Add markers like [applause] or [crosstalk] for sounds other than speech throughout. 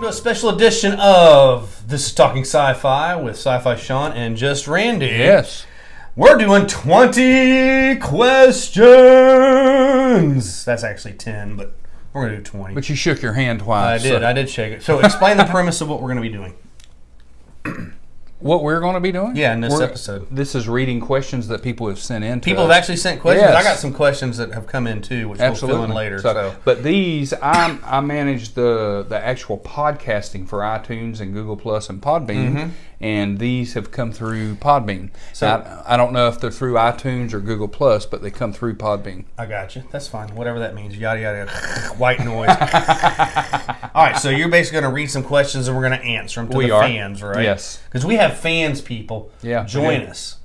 to a special edition of This is Talking Sci-Fi with Sci-Fi Sean and just Randy. Yes. We're doing 20 questions. That's actually 10, but we're going to do 20. But you shook your hand I twice. did. so- I did shake it. So [laughs] explain the premise of what we're going to be doing. what we're going to be doing? Yeah, in this We're- episode. This is reading questions that people have sent in. to People have us. actually sent questions. I Yes. got some questions that have come in too, which absolutely we'll fill in later. So, So- But these, I I manage the the actual podcasting for iTunes and Google Plus and Podbean, and these have come through Podbean. Mm-hmm. So- I, I don't know if they're through iTunes or Google Plus, but they come through Podbean. I got you. That's fine. Whatever that means. Yada yada. [laughs] yada. White [laughs] noise. All right. So you're basically going to read some questions and we're going to answer them to We the are. fans, right? Yes. Because we have fans, people. Yeah, we Join do. us.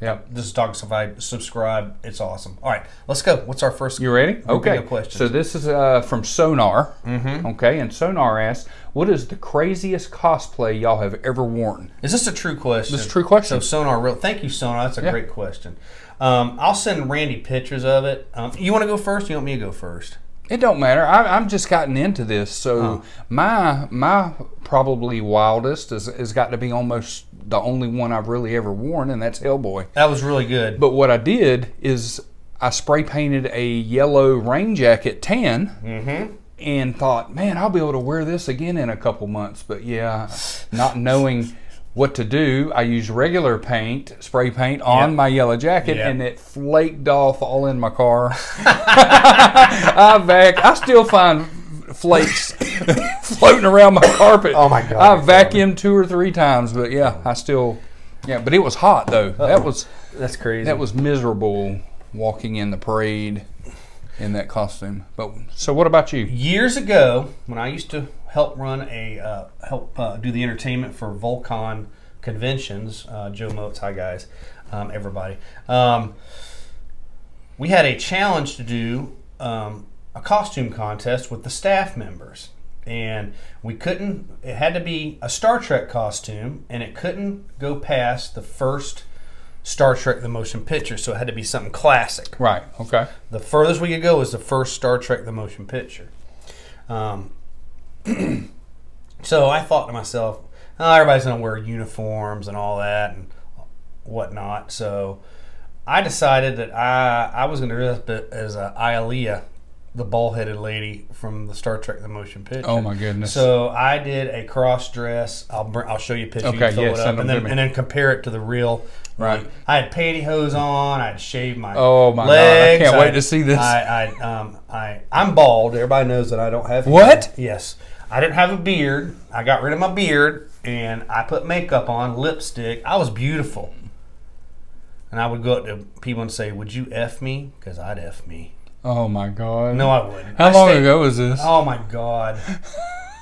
Yeah. This is Dog Survive. Subscribe. It's awesome. All right. Let's go. What's our first? You ready? Video Okay. questions. So this is uh, from Sonar. Mm-hmm. Okay, and Sonar asks, "What is the craziest cosplay y'all have ever worn?" Is this a true question? This is a true question. So Sonar, real. Thank you, Sonar. That's a great question. Um, I'll send Randy pictures of it. Um, you want to go first? Or you want me to go first? It don't matter. I, I'm just gotten into this, so my my probably wildest has, has got to be almost the only one I've really ever worn, and that's Hellboy. That was really good. But what I did is I spray painted a yellow rain jacket tan, and thought, man, I'll be able to wear this again in a couple months. But yeah, not knowing. What to do? I used regular paint, spray paint on Yep. my yellow jacket, Yep. and it flaked off all in my car. [laughs] I vac. I still find flakes [coughs] floating around my carpet. Oh my God, I that's vacuumed two or three times, but yeah, I still. Yeah, but it was hot though. That was That's crazy. that was miserable walking in the parade in that costume. But so, what about you? years ago when I used to help run a uh, help uh, do the entertainment for Volcon conventions. Uh, Joe Moats, hi guys, um, everybody. Um, we had a challenge to do um, a costume contest with the staff members, and we couldn't. It had to be a Star Trek costume, and it couldn't go past the first. Star Trek the motion picture, so it had to be something classic Right. Okay. the furthest we could go is the first Star Trek the motion picture. Um, [clears throat] so I thought to myself, oh, everybody's going to wear uniforms and all that and whatnot. So I decided that I I was going to dress up as a Ialea, the bald headed lady from the Star Trek the motion picture. Oh my goodness. So I did a cross dress. I'll br- I'll show you a picture. you Okay, can fill yeah, it up send and them to then me. and then compare it to the real. Right. one. I had pantyhose on. I'd shaved my. Oh, my God, I legs, can't wait to see this. I, I um I I'm bald. Everybody knows that I don't have. What? Yes, I didn't have a beard. I got rid of my beard and I put makeup on, lipstick. I was beautiful. And I would go up to people and say, "Would you f me?" Because I'd f me. oh my God. No, I wouldn't. How I long stayed- ago was this? Oh my God.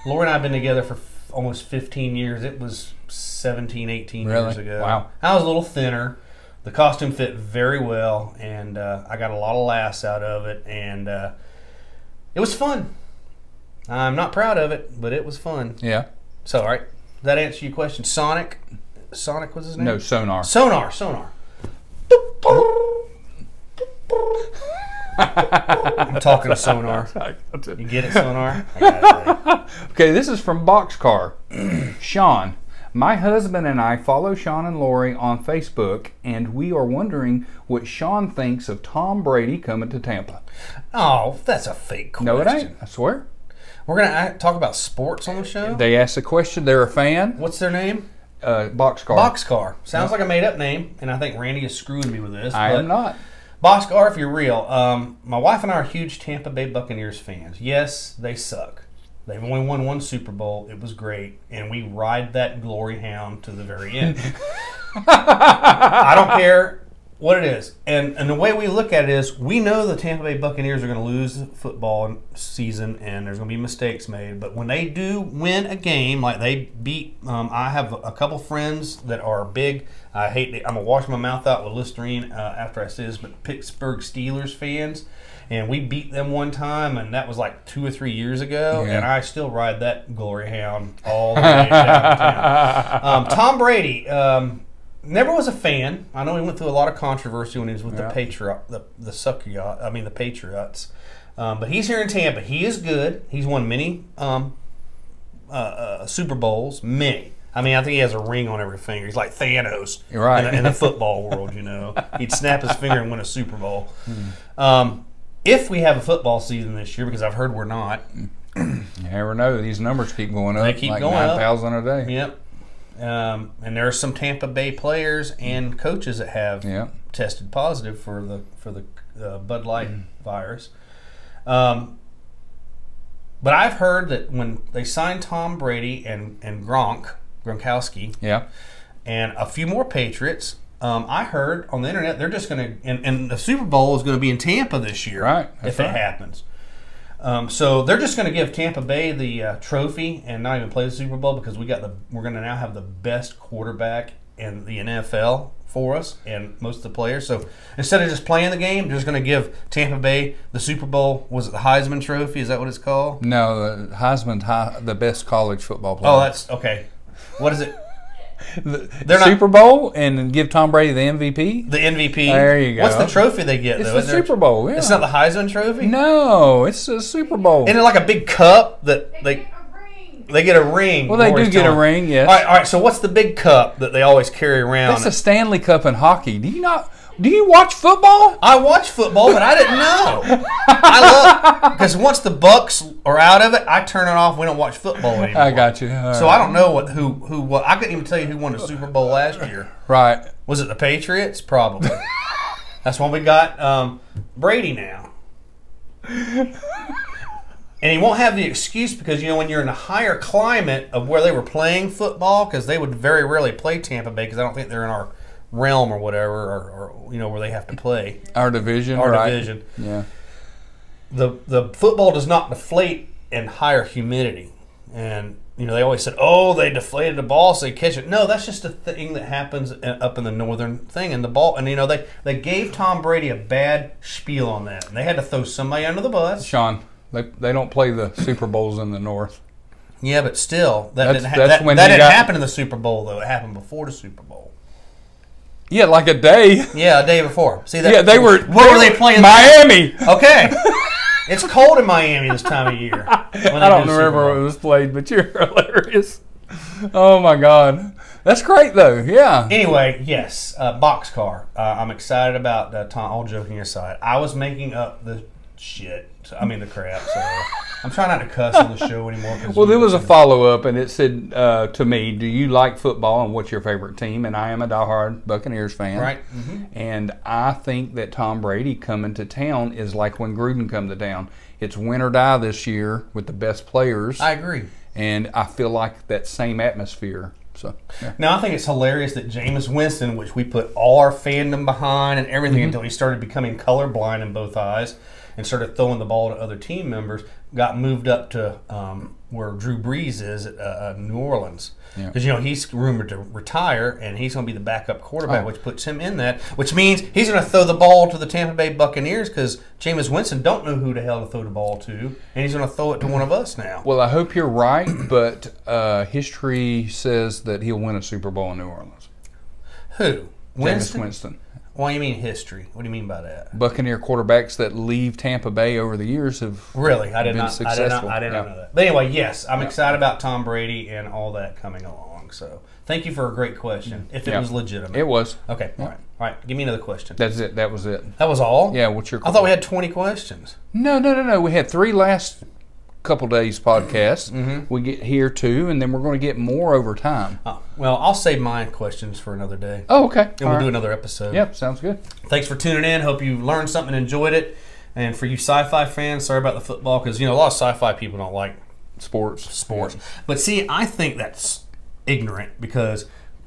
Laura and I have been together for f- almost 15 years. It was 17, 18 years Really? ago. Wow. I was a little thinner. The costume fit very well, and uh, I got a lot of laughs out of it, and uh, it was fun. I'm not proud of it, but it was fun. Yeah. So, all right, does that answer your question? Sonic, Sonic was his name. No sonar. Sonar, Sonar. I'm talking to Sonar. You get it, [laughs] Sonar? I got it, buddy. Okay, this is from Boxcar. [clears throat] Sean, my husband and I follow Sean and Lori on Facebook, and we are wondering what Sean thinks of Tom Brady coming to Tampa. Oh, that's a fake question. No, it ain't. I swear. We're gonna act- talk about sports on the show. They asked a question. They're a fan. What's their name? Uh, Boxcar. Boxcar. Sounds like a made-up name, and I think Randy is screwing me with this. I but- am not. Boxcar, if you're real, um, my wife and I are huge Tampa Bay Buccaneers fans. Yes, they suck. They've only won one Super Bowl. It was great, and we ride that glory hound to the very end. [laughs] I don't care what it is, and and the way we look at it is, we know the Tampa Bay Buccaneers are going to lose the football season, and there's going to be mistakes made. But when they do win a game, like they beat, um, I have a couple friends that are big. I hate. I'm gonna wash my mouth out with Listerine uh, after I say this, but Pittsburgh Steelers fans, and we beat them one time, and that was like two or three years ago, Yeah. and I still ride that glory hound all the way downtown. Um, Tom Brady. Um, Never was a fan. I know he went through a lot of controversy when he was with the Patriot, the the sucker yacht. I mean the Patriots. Um, but he's here in Tampa. He is good. He's won many um, uh, uh, Super Bowls, many. I mean, I think he has a ring on every finger. He's like Thanos You're right. in, the, in [laughs] the football world, you know. He'd snap his finger and win a Super Bowl. Hmm. Um, if we have a football season this year, because I've heard we're not, You never know. These numbers keep going up. They keep like going up. 9,000 a day. Yep. Um, and there are some Tampa Bay players and coaches that have Yeah. tested positive for the for the uh, Bud Light virus. Um, but I've heard that when they signed Tom Brady and and Gronk Gronkowski Yeah. and a few more Patriots, um, I heard on the internet they're just going to and, and the Super Bowl is going to be in Tampa this year, Right, that's If right. it happens. Um, so they're just going to give Tampa Bay the uh, trophy and not even play the Super Bowl because we got the we're going to now have the best quarterback in the NFL for us and most of the players. So instead of just playing the game, they're just going to give Tampa Bay the Super Bowl. Was it the Heisman Trophy? Is that what it's called? No, the Heisman, high, the best college football player. Oh, that's okay. What is it? the they're not- Super Bowl and then give Tom Brady the MVP. The MVP. There you What's go. the trophy they get? It's though? the Isn't there- Super Bowl. Yeah. It's not the Heisman Trophy. no, it's the Super Bowl. Isn't it like a big cup that They they get they get a ring. a ring? Well, they Lori's do get a telling- ring. Yes. All right, all right. So what's the big cup that they always carry around? That's the Stanley Cup in hockey. Do you not? Do you watch football? I watch football, but I didn't know. I [laughs] love because once the Bucks are out of it, I turn it off. We don't watch football anymore. I got you. All So right. I don't know what who who what. I couldn't even tell you who won the Super Bowl last year. right. Was it the Patriots? Probably. That's why we got um, Brady now. And he won't have the excuse because, you know, when you're in a higher climate of where they were playing football, because they would very rarely play Tampa Bay because I don't think they're in our realm or whatever, or, or you know, where they have to play Our division. our right. division. Yeah. The, the football does not deflate in higher humidity. And, you know, they always said, oh, they deflated the ball so they catch it. No, that's just a thing that happens uh, up in the northern thing. And the ball, and, you know, they, they gave Tom Brady a bad spiel on that. And they had to throw somebody under the bus. Sean, they, they don't play the Super Bowls in the North. Yeah, but still, that That's- didn't, ha- that's that, when that he didn't got- happen in the Super Bowl, though. It happened before the Super Bowl. Yeah, like a day. Yeah, a day before. See that? Yeah, they were. [laughs] What were they playing? Miami. Okay. it's cold in Miami this time of [laughs] year. I don't remember where it was played, but you're [laughs] hilarious. Oh my God, that's great though. Yeah. Anyway, yes, uh, Boxcar. Uh, I'm excited about uh, Tom. All joking aside, I was making up the shit. so- I mean the crap. So [laughs] I'm trying not to cuss on the show anymore. 'cause Well, we- there was a follow up, and it said uh, to me, "Do you like football, and what's your favorite team?" And I am a diehard Buccaneers fan, Right, mhm. And I think that Tom Brady coming to town is like when Gruden come to town. It's win or die this year with the best players, I agree. and I feel like that same atmosphere. So, yeah. Now I think it's hilarious that Jameis Winston, which we put all our fandom behind and everything Mm-hmm. until he started becoming colorblind in both eyes and started throwing the ball to other team members, got moved up to um, where Drew Brees is at uh, uh, New Orleans. Yeah. Because you know he's rumored to retire, and he's going to be the backup quarterback, Oh. which puts him in that. Which means he's going to throw the ball to the Tampa Bay Buccaneers because Jameis Winston don't know who the hell to throw the ball to, and he's going to throw it to one of us now. well, I hope you're right, but uh, history says that he'll win a Super Bowl in New Orleans. Who? James Winston? Winston. Why do you mean history? What do you mean by that? Buccaneer quarterbacks that leave Tampa Bay over the years have Really, I did been not. I did not. successful. I did not Yeah. know that. But anyway, yes, I'm excited about Tom Brady and all that coming along. So, thank you for a great question. If it Yeah. was legitimate, It was. okay. All right, all right. Give me another question. That's it. That was it. That was all. Yeah. What's your? I thought we had 20 questions. No, no, no, no. We had three last couple days podcasts. Mm-hmm. We get here two, and then we're going to get more over time. Oh, well, I'll save my questions for another day, Oh, okay. and All we'll right. do another episode. Yep. Sounds good. Thanks for tuning in. Hope you learned something, enjoyed it. And for you sci-fi fans, sorry about the football because you know a lot of sci-fi people don't like Sports. sports. But see, I think that's ignorant because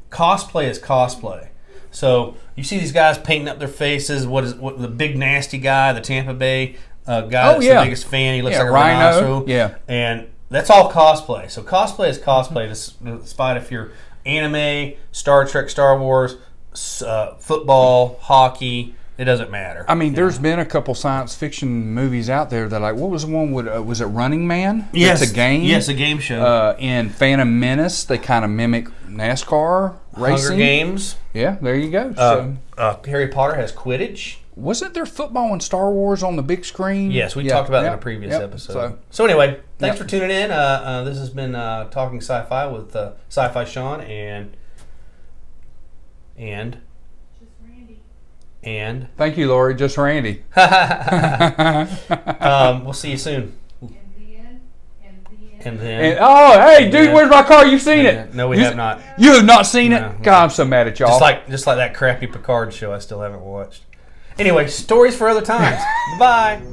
cosplay is cosplay. So you see these guys painting up their faces. What is what the big nasty guy, the Tampa Bay uh, guy? Oh, that's yeah. the biggest fan. He looks Yeah, like a Rhino. rhino. Yeah. and that's all cosplay. So cosplay is cosplay, dis- despite if you're anime, Star Trek, Star Wars, s- uh, football, hockey. It doesn't matter. I mean, there's been a couple science fiction movies out there that like what was the one with uh, was it Running Man? yes, It's a game. Yes, a game show. Uh, in Phantom Menace, they kind of mimic NASCAR Hunger racing. Games. Yeah, there you go. Uh, so, uh, Harry Potter has Quidditch. wasn't there football in Star Wars on the big screen? Yes, we Mm-hmm. Yeah, talked about that in yeah, a previous yeah. episode. So, So, anyway, thanks Yeah. for tuning in. Uh, uh, this has been uh, talking sci-fi with uh, Sci-Fi Sean and and and thank you, Lori. Just Randy. [laughs] um, we'll see you soon. And And, then oh, hey, dude, Yeah. where's my car? You've seen Yeah. it? no, we You- have not. You have not seen it? No. God, I'm so mad at y'all. Just like [laughs] just like that crappy Picard show I still haven't watched. Anyway, stories for other times. Bye.